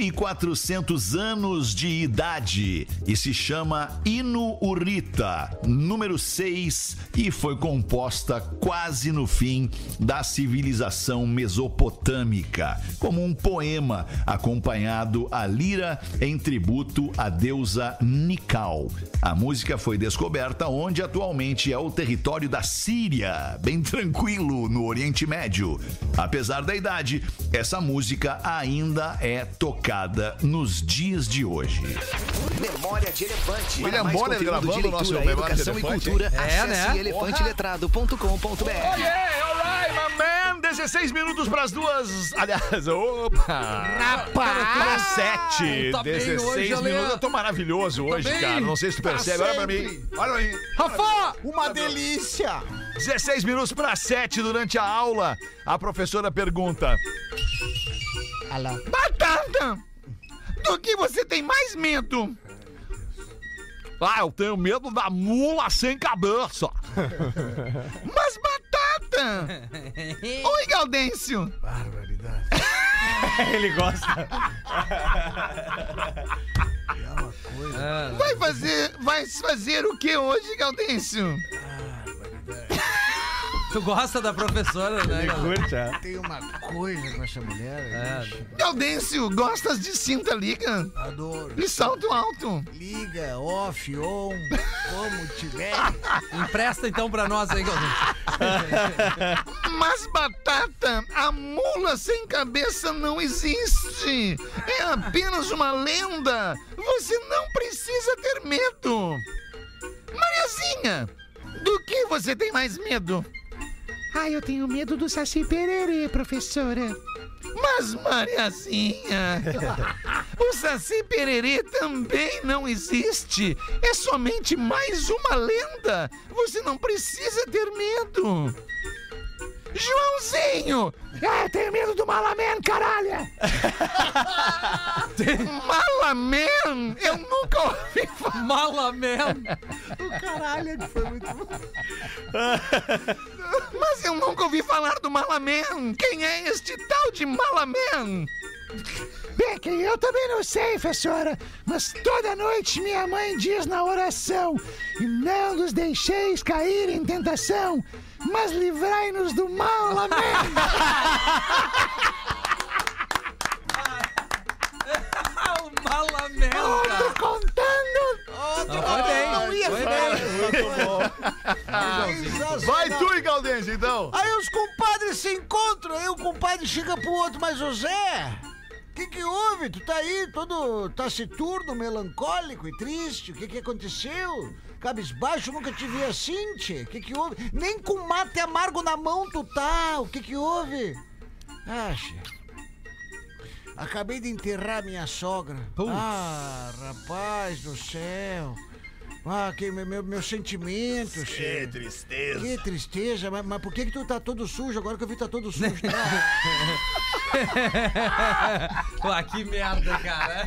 3.400 anos de idade e se chama Hino Urita, número 6, e foi composta quase no fim da civilização mesopotâmica, como um poema acompanhado à lira em tributo à deusa Nikal. A música foi descoberta onde atualmente é o território da Síria, bem tranquilo no Oriente Médio. Apesar da idade, essa música ainda é tocada nos dias de hoje. Memória de Elefante. William Para mais Bonner conteúdo gravando de o nosso leitura, Memória de educação e Elefante, cultura. É, Acesse né? elefanteletrado.com.br. Yeah, alright, my man! 16 minutos para as duas. Aliás, opa! Rapaz! sete. Tá bem hoje, 16 Ale. minutos. Eu tô maravilhoso hoje, bem. Tá cara. Não sei se tu percebe. Olha pra mim. Olha pra mim. Rafa! Uma delícia. 16 minutos para 7 durante a aula. A professora pergunta: Batata, do que você tem mais medo? Ah, eu tenho medo da mula sem cabeça. Mas batata! Oi, Gaudêncio! Ele gosta. Vai fazer, vai fazer o que hoje, Gaudêncio? Tu gosta da professora, né? cara? Curte, é? Tem uma coisa com essa mulher. É. Gaudêncio, gostas de cinta liga Adoro. e salto um alto? Liga, off, on, como tiver. Empresta então pra nós aí, Galdinho. Mas, Batata, a mula sem cabeça não existe. É apenas uma lenda. Você não precisa ter medo. Mariazinha, do que você tem mais medo? Ah, eu tenho medo do Saci Pererê, professora. Mas, Mariazinha, O Saci Pererê também não existe. É somente mais uma lenda. Você não precisa ter medo. Joãozinho! Ah, tenho medo do Malaman, caralho! Malaman? Eu nunca ouvi falar. Malamelo. Mas eu nunca ouvi falar do Malaman. Quem é este tal de Malaman? Becky, eu também não sei, professora. Mas toda noite minha mãe diz na oração: E não nos deixeis cair em tentação, mas livrai-nos do Malaman. Ah, o Malamelo, cara. contando. Não, foi bem. não ia foi falar bem. Vai tu, Galdense, então. Aí os compadres se encontram, aí o compadre chega pro outro, mas o Zé, o que que houve? Tu tá aí todo taciturno, melancólico e triste, o que que aconteceu? Cabisbaixo, nunca te vi assim, tchê, o que que houve? Nem com mate amargo na mão tu tá, o que que houve? Ah, tchê. Acabei de enterrar minha sogra. Putz. Ah, rapaz do céu. Ah, que meu, meu, meu sentimento, tchê. é tristeza. Que tristeza, mas, mas por que que tu tá todo sujo agora que eu vi que tá todo sujo? Ah, que merda, cara.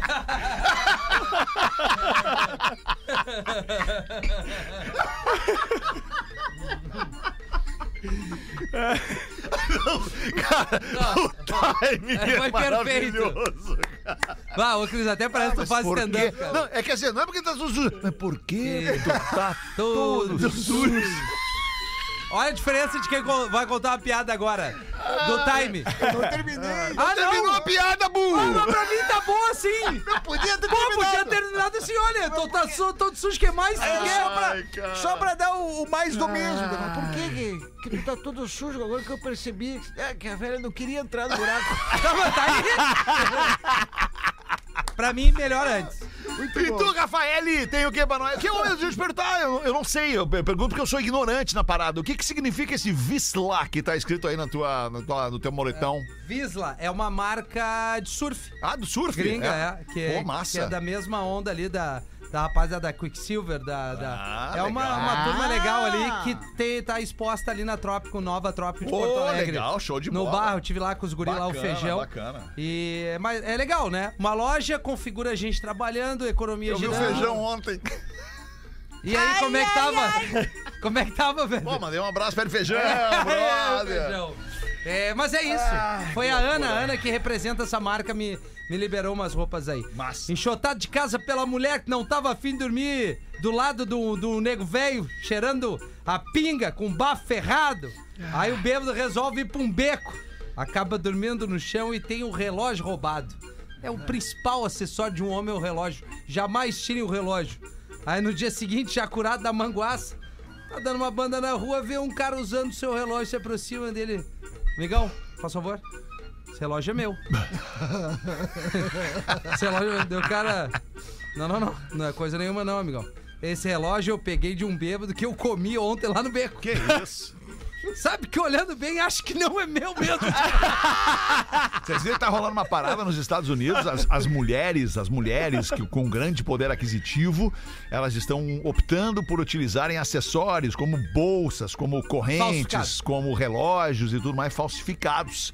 Timing é Foi perfeito. maravilhoso. Ah, ô Cris, até parece que tu faz Por quê? stand-up, cara. Não, é quer dizer, não é porque tá sujo. Mas por quê? É. Tu tá Todo todo sujo. Olha a diferença de quem co- vai contar uma piada agora. Do Ah, time. Eu terminei. Ah, Terminou a piada, Ah, burro! mas pra mim tá boa assim. Podia ter Pô, podia terminado. ter terminado assim, olha, tô, tá, su, tô de sujo, que é? mais tu quer? Ai, cara. Ah. Só pra dar o, o mais do mesmo. Mas por que, que que tu tá todo sujo agora que eu percebi? É, que a velha não queria entrar no buraco. Tá, mas tá aí. Pra mim, melhor antes. E tu, Rafael, tem o que pra nós? Que eu, eu te perguntar, eu, eu não sei, eu per- pergunto porque eu sou ignorante na parada. O que que significa esse Visla que tá escrito aí na tua, na tua- no teu moletão? Visla é uma marca de surf. Ah, do surf? Gringa, é. Que, é Pô, massa. que é da mesma onda ali da, da rapaziada da Quicksilver. Da, da- Ah, é uma, legal. uma turma Ah! legal ali que te- tá exposta ali na Trópico, Nova Trópico de Pô, Porto Alegre. legal, show de no bola. barro, tive lá com os guri lá, o Bacana, feijão. bacana. E, mas é legal, né? Uma loja configura a gente trabalhando, economia Eu vi o girando. feijão ontem. E aí, como é que tava? Como é que tava, velho? Pô, mandei um abraço para o feijão, É, brother. feijão. É, mas é isso. Foi a Ana, a Ana que representa essa marca, me, me liberou umas roupas aí. Massa. Enxotado de casa pela mulher que não tava afim de dormir do lado do, do nego velho, cheirando a pinga com bafo ferrado. Aí o bêbado resolve ir pra um beco. Acaba dormindo no chão e tem o relógio roubado. É o principal acessório de um homem, é o relógio. Jamais tirem o relógio. Aí no dia seguinte, já curado da manguaça, tá dando uma banda na rua, vê um cara usando seu relógio, se aproxima dele. Amigão, faz favor. Esse relógio é meu. Esse relógio deu cara. Não, não, não. Não é coisa nenhuma, não, amigão. Esse relógio eu peguei de um bêbado que eu comi ontem lá no beco. Que isso? Sabe que olhando bem, acho que não é meu mesmo. Vocês viram que tá rolando uma parada nos Estados Unidos? As, as mulheres, as mulheres que, com grande poder aquisitivo, elas estão optando por utilizarem acessórios como bolsas, como correntes, Falsificado. como relógios e tudo mais falsificados.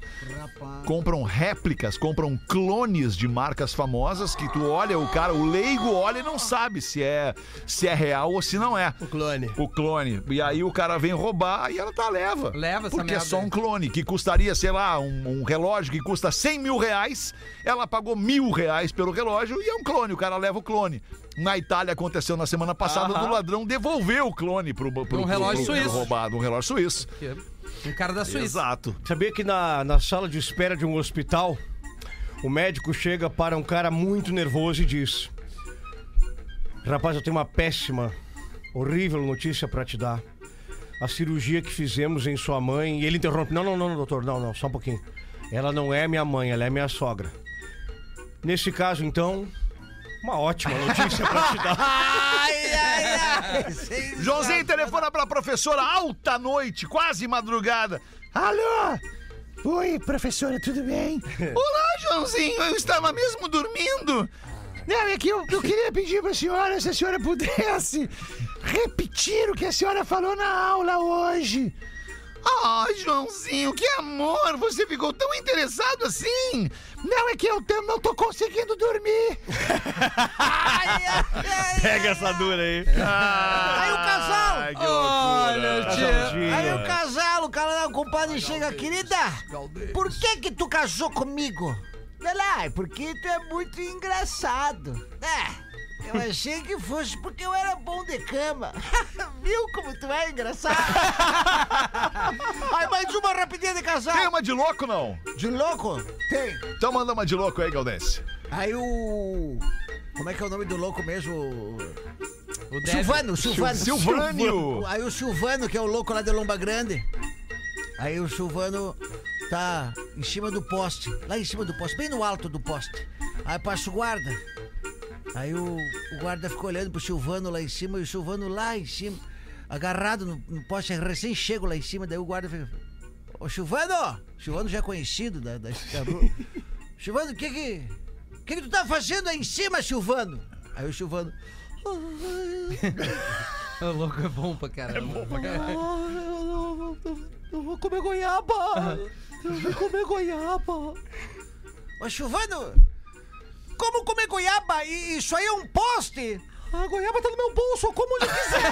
Compram réplicas, compram clones de marcas famosas que tu olha, o cara, o leigo olha e não sabe se é, se é real ou se não é. O clone. O clone. E aí o cara vem roubar e ela tá leva. Leva essa Porque é merda só aí. um clone que custaria, sei lá, um, um relógio que custa 100 mil reais. Ela pagou mil reais pelo relógio e é um clone. O cara leva o clone. Na Itália aconteceu na semana passada do ladrão devolver o clone pro, pro, pro, Um relógio pro- pro suíço. roubado. Um relógio suíço. Um cara da Suíça. Exato. Sabia que na, na sala de espera de um hospital, o médico chega para um cara muito nervoso e diz: Rapaz, eu tenho uma péssima, horrível notícia para te dar. A cirurgia que fizemos em sua mãe. E ele interrompe: Não, não, não, doutor, não, não, só um pouquinho. Ela não é minha mãe, ela é minha sogra. Nesse caso, então, uma ótima notícia para te dar. Joãozinho telefona pra professora alta noite, quase madrugada. Alô? Oi, professora, tudo bem? Olá, Joãozinho, eu estava mesmo dormindo. Não, é que eu, eu queria pedir pra senhora, se a senhora pudesse repetir o que a senhora falou na aula hoje. Ah, Joãozinho, que amor! Você ficou tão interessado assim! Não, é que eu te- não tô conseguindo dormir. Pega É essa dura aí. Ah. Aí o casal. Ai, que loucura. Aí o casal, o cara, o compadre chega, querida, por que que tu casou comigo? Ela, "Ah, porque tu é muito engraçado. É, eu achei que fosse porque eu era bom de cama. Viu como tu é engraçado? Aí mais uma rapidinha de casal. Tem uma de louco, não? De louco? Tem. Então manda uma de louco aí, Galdense. Aí o... Como é que é o nome do louco mesmo? O Débio- Silvano, Silvano. Silvânio. Aí o Silvano, que é o louco lá de Lomba Grande. Aí o Silvano tá em cima do poste, lá em cima do poste, bem no alto do poste. Aí passa o guarda. Aí o, o guarda ficou olhando pro Silvano lá em cima e o Silvano lá em cima, agarrado no, no poste, recém chego lá em cima. Daí o guarda fica: Ô Silvano! Silvano já é conhecido da, da, da rua. Silvano, o que que. O que que tu tá fazendo aí em cima, Silvano? Aí o Silvano. Ô, louco, é bom pra caramba. Eu vou comer goiaba. Eu vou comer goiaba. Ô, Silvano, como comer goiaba? I- Isso aí é um poste? A goiaba tá no meu bolso, eu como onde eu quiser.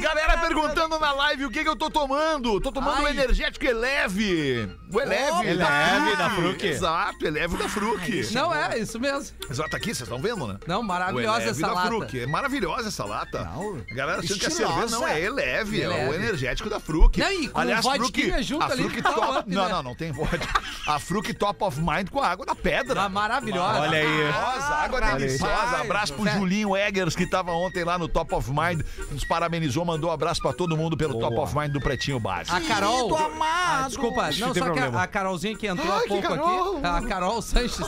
Galera perguntando na live o que, que eu tô tomando. Tô tomando um energético Eleve. O Eleve. Oh, Opa! Eleve da Fruc. Exato, Eleve da Fruc. Não é, isso mesmo. Exato, tá aqui, vocês estão vendo, né? Não, O maravilhosa Eleve essa da lata. Fruc. É maravilhosa essa lata. Não, A galera achando que a estilosa. cerveja não é Eleve, é o Eleve. energético da Fruc. Não, e com vodquinha junto a ali, Fruc tá top, up, Não, né? não, não tem vodka. A Fruc top of mind com a água da pedra. Tá maravilhosa. Olha aí. Nossa, água deliciosa. Abraço pro Julinho Eggers, que tava ontem lá no Top of Mind. Nos parabenizou, mandou um abraço pra todo mundo pelo Top of Mind do Pretinho Básico. A Carol. Querido amado. Ah, desculpa, não, Não só tem que a, problema. a Carolzinha que entrou Ai, há que pouco Carol. aqui, a Carol Sanches,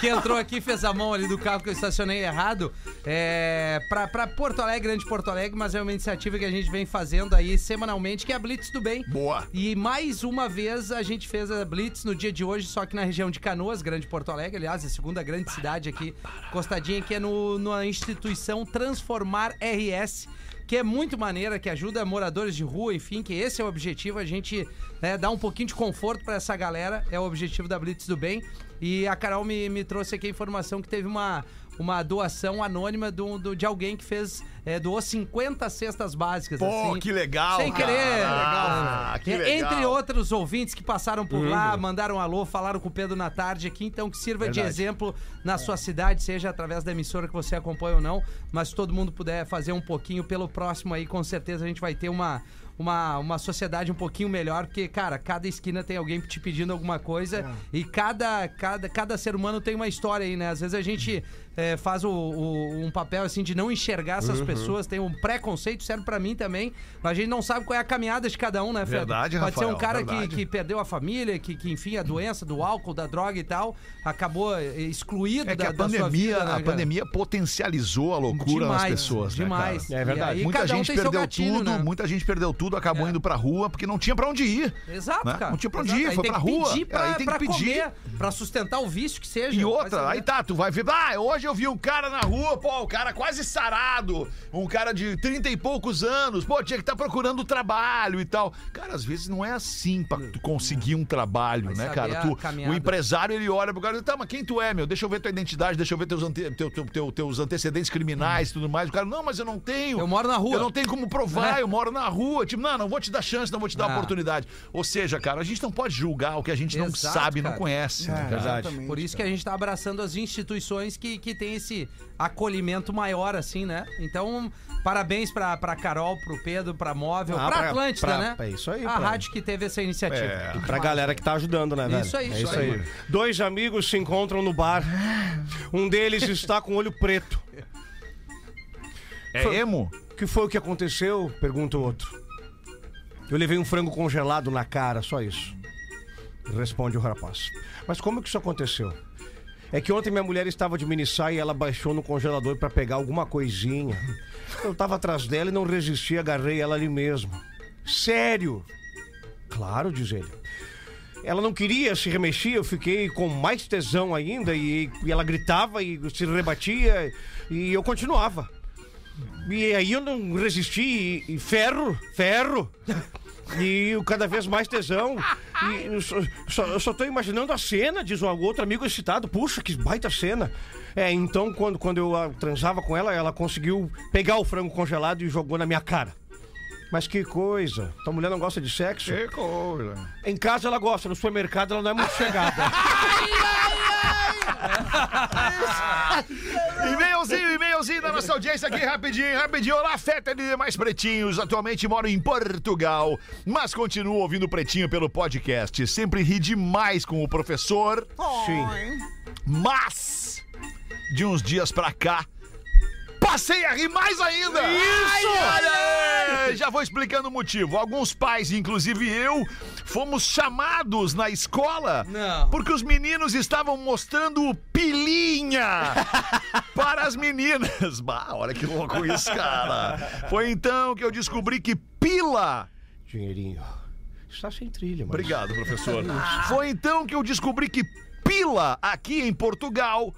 que entrou aqui e fez a mão ali do carro que eu estacionei errado, é, pra, pra Porto Alegre, Grande Porto Alegre, mas é uma iniciativa que a gente vem fazendo aí semanalmente, que é a Blitz do Bem. Boa. E mais uma vez a gente fez a Blitz no dia de hoje, só que na região de Canoas, Grande Porto Alegre, aliás, a segunda grande cidade aqui, costadinha, que é no, na instituição Transformar RS, que é muito maneira, que ajuda moradores de rua, enfim, que esse é o objetivo, a gente né, dar um pouquinho de conforto pra essa galera, é o objetivo da Blitz do Bem. E a Carol me, me trouxe aqui a informação que teve uma, uma doação anônima do, do- de alguém que fez, é, doou 50 cestas básicas. Pô, assim. que legal. Sem cara. querer. né? É, Ah, que legal. Entre outros ouvintes que passaram por lá, mandaram um alô, falaram com o Pedro na tarde aqui, então que sirva de exemplo na sua cidade, seja através da emissora que você acompanha ou não, mas se todo mundo puder fazer um pouquinho pelo próximo aí, com certeza a gente vai ter uma, uma, uma sociedade um pouquinho melhor, porque, cara, cada esquina tem alguém te pedindo alguma coisa e cada, cada, cada ser humano tem uma história aí, né? Às vezes a gente eh, faz o- o- um papel assim de não enxergar essas pessoas, tem um preconceito, serve pra mim também, mas a gente não sabe qual é a caminhada de cada um, né, Fred? Verdade, Pode ser Rafael, um cara que, verdade. que perdeu a família, que, que, enfim, a doença do álcool, da droga e tal, acabou eh, excluído É que da, a da sua pandemia, vida. né, a cara? pandemia potencializou a loucura nas pessoas, né, cara? Demais. É verdade. E aí, muita cada um gente tem seu perdeu gatilho, tudo, né? muita gente perdeu tudo, acabou É. indo pra rua porque não tinha pra onde ir. Exato, né? cara. Não tinha pra onde Exato. ir, Aí foi tem pra que rua. Pedir pra, Aí tem que pra pedir. comer, pra sustentar o vício que seja. E Mas, outra, aí né? tá, tu vai ver, ah, hoje eu vi um cara na rua, pô, um cara quase sarado, um cara de 30 e poucos anos, pô, tinha que estar procurando trabalho e tal. Cara, às vezes não é assim pra tu conseguir um trabalho, Vai né, saber cara? a Tu, o caminhada. empresário, ele olha pro cara e diz, tá, mas quem tu é, meu? Deixa eu ver tua identidade, deixa eu ver teus, ante- teu- teu- teu- teus antecedentes criminais e tudo mais. O cara, não, mas eu não tenho. Eu moro na rua. Né? Eu não tenho como provar, eu moro na rua. Tipo, não, não vou te dar chance, não vou te dar Ah. oportunidade. Ou seja, cara, a gente não pode julgar o que a gente não Exato, sabe, não cara. É. conhece. né, cara? Por isso que a gente tá abraçando as instituições que, que tem esse acolhimento maior, assim, né? Então, parabéns pra, pra Carol, pro Pedro, pra Móvel, Ah, pra, pra- Atlântida, pra- né? pra isso aí, A pra- rádio que teve essa iniciativa. É. Pra galera que tá ajudando, né, velho? Isso aí, é isso isso aí. Ah. aí. Dois amigos se encontram no bar. Um deles está com o olho preto. É emo? O que foi o que aconteceu? Pergunta o outro. Eu levei um frango congelado na cara, só isso. Responde o rapaz. Mas como que isso aconteceu? É que ontem minha mulher estava de minissai e ela baixou no congelador para pegar alguma coisinha. Eu tava atrás dela e não resisti, agarrei ela ali mesmo. Sério? Claro, diz ele. Ela não queria, se remexia, eu fiquei com mais tesão ainda e, e ela gritava e se rebatia e eu continuava. E aí eu não resisti e, e ferro, ferro. E eu cada vez mais tesão. E eu só, só, eu só tô imaginando a cena, diz um outro amigo excitado. Puxa, que baita cena. É, então quando, quando eu ah, transava com ela, ela conseguiu pegar o frango congelado e jogou na minha cara. Mas que coisa. A mulher não gosta de sexo? Que coisa. Em casa ela gosta, no supermercado ela não é muito chegada. E-mailzinho, e-mailzinho da nossa audiência aqui, rapidinho, rapidinho. Olá, Feta de demais pretinhos. Atualmente moro em Portugal, mas continuo ouvindo Pretinho pelo podcast. Sempre ri demais com o professor, Sim. mas de uns dias pra cá. Passei a rir mais ainda! Isso! Já vou explicando o motivo. Alguns pais, inclusive eu, fomos chamados na escola Não. porque os meninos estavam mostrando o pilinha para as meninas. Bah, olha que louco isso, cara. Foi então que eu descobri que pila Dinheirinho. Está sem trilha, mano. Obrigado, professor. Foi então que eu descobri que pila aqui em Portugal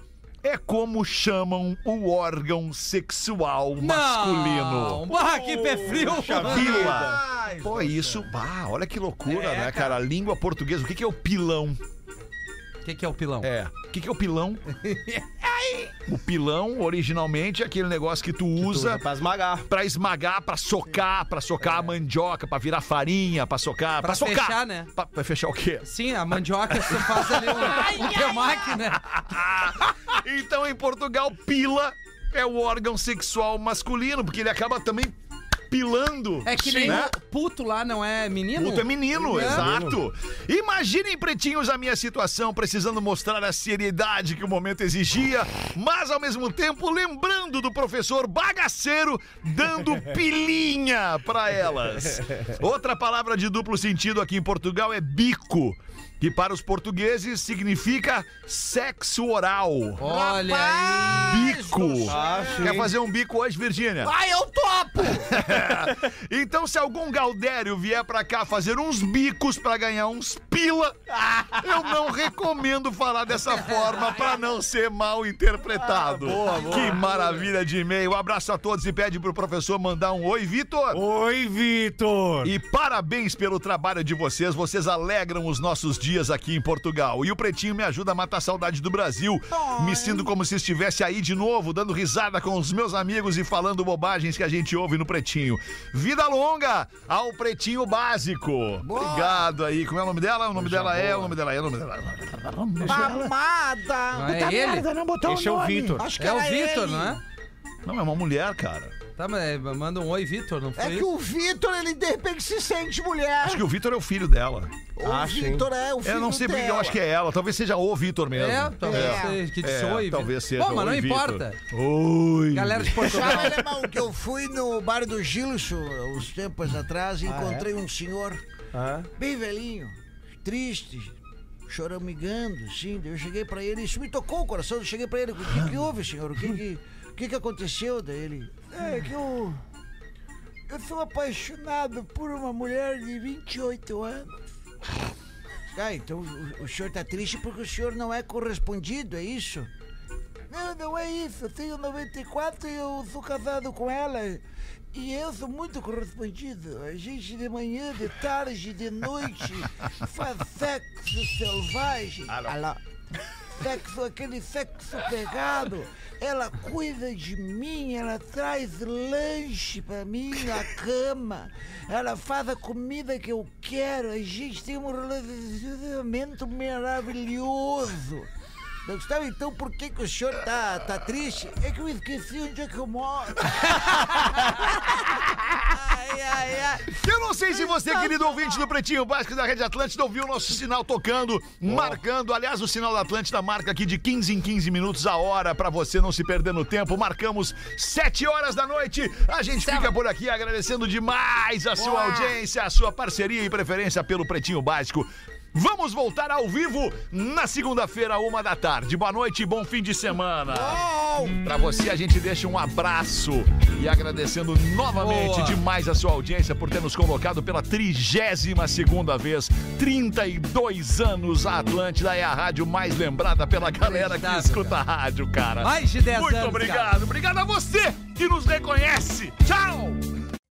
é como chamam o órgão sexual masculino. Não. Bah, que pé frio. Pila. Pô, isso, é. bah, olha que loucura, É, né, cara? A língua portuguesa. O que, que é o pilão? O que, que é o pilão? É. O que, que é o pilão? o pilão, originalmente, é aquele negócio que tu usa Pra esmagar. pra esmagar, pra socar, pra socar a mandioca, pra virar farinha, pra socar, pra, Pra socar. fechar, né? Pra, pra fechar o quê? Sim, a mandioca você faz ali um, um temaki, né? Então, em Portugal, pila é o órgão sexual masculino, porque ele acaba também pilando. É que nem né? o puto lá não é menino? Puto é menino, exato. Imaginem, pretinhos, a minha situação, precisando mostrar a seriedade que o momento exigia, mas ao mesmo tempo lembrando do professor bagaceiro dando pilinha pra elas. Outra palavra de duplo sentido aqui em Portugal é bico, que para os portugueses significa sexo oral. Olha aí. Bico. Ah, sim. Quer fazer um bico hoje, Virgínia? Ai, eu topo! Então, se algum Gaudério vier pra cá fazer uns bicos pra ganhar uns pila, eu não recomendo falar dessa forma pra não ser mal Ah, interpretado. Que maravilha de e-mail. Um Abraço a todos e pede pro professor mandar um oi, Vitor. Oi, Vitor! E parabéns pelo trabalho de vocês. Vocês alegram os nossos dias aqui em Portugal. E o Pretinho me ajuda a matar a saudade do Brasil. Me sinto como se estivesse aí de novo, dando risada com os meus amigos e falando bobagens que a gente ouve no Pretinho. Vida longa ao Pretinho Básico. Obrigado aí. Como é o nome dela? O nome dela é, o nome dela é, o nome dela é. Não Mamada! é ele? Merda, não botou Esse é o o nome. Vitor. Acho que É o era Vitor, ele. não é? Não, é uma mulher, cara. Tá, mas é, manda um oi, Vitor, não foi É que isso? o Vitor, ele de repente se sente mulher. Acho que o Vitor é o filho dela. O acho, hein? Vitor é o filho Eu não sei porque eu dela. acho que é ela. Talvez seja o Vitor mesmo. É, talvez É. seja que disse É, oi. Vitor. talvez seja Bom, mas não oi, Vitor. importa. Oi. Galera de Portugal. Sabe, alemão, que eu fui no bar do Gilson uns tempos atrás e encontrei um senhor bem velhinho, triste, choramingando, sim. Daí Eu cheguei pra ele, isso me tocou o coração. Eu cheguei pra ele, o que, que houve, senhor? O que que, o que que aconteceu? Daí ele, é que eu... Eu sou apaixonado por uma mulher de 28 anos. Ah, então o, o senhor tá triste porque o senhor não é correspondido, é isso? Não, não é isso. Eu tenho 94 e eu sou casado com ela. E eu sou muito correspondido. A gente de manhã, de tarde, de noite faz sexo selvagem. Alô. Sexo, aquele sexo pegado. Ela cuida de mim, ela traz lanche pra mim na cama. Ela faz a comida que eu quero. A gente tem um relacionamento maravilhoso. Eu Gustavo, então por que, que o senhor tá, tá triste? É que eu esqueci onde é que eu moro. ai, ai, ai. Eu não sei se você, querido ouvinte do Pretinho Básico da Rede Atlântida, ouviu o nosso sinal tocando, marcando. Aliás, o sinal da Atlântida marca aqui de 15 em 15 minutos a hora pra você não se perder no tempo. Marcamos 7 horas da noite. A gente fica por aqui agradecendo demais a sua audiência, a sua parceria e preferência pelo Pretinho Básico. Vamos voltar ao vivo na segunda-feira, uma da tarde. Boa noite e bom fim de semana. Pra você, a gente deixa um abraço e agradecendo novamente Boa. demais a sua audiência por ter nos convocado pela 32 segunda vez. 32 anos a Atlântida é a rádio mais lembrada pela galera que Inacreditável, escuta a rádio, cara. Mais de 10 Muito anos, obrigado. cara. Obrigado a você que nos reconhece. Tchau!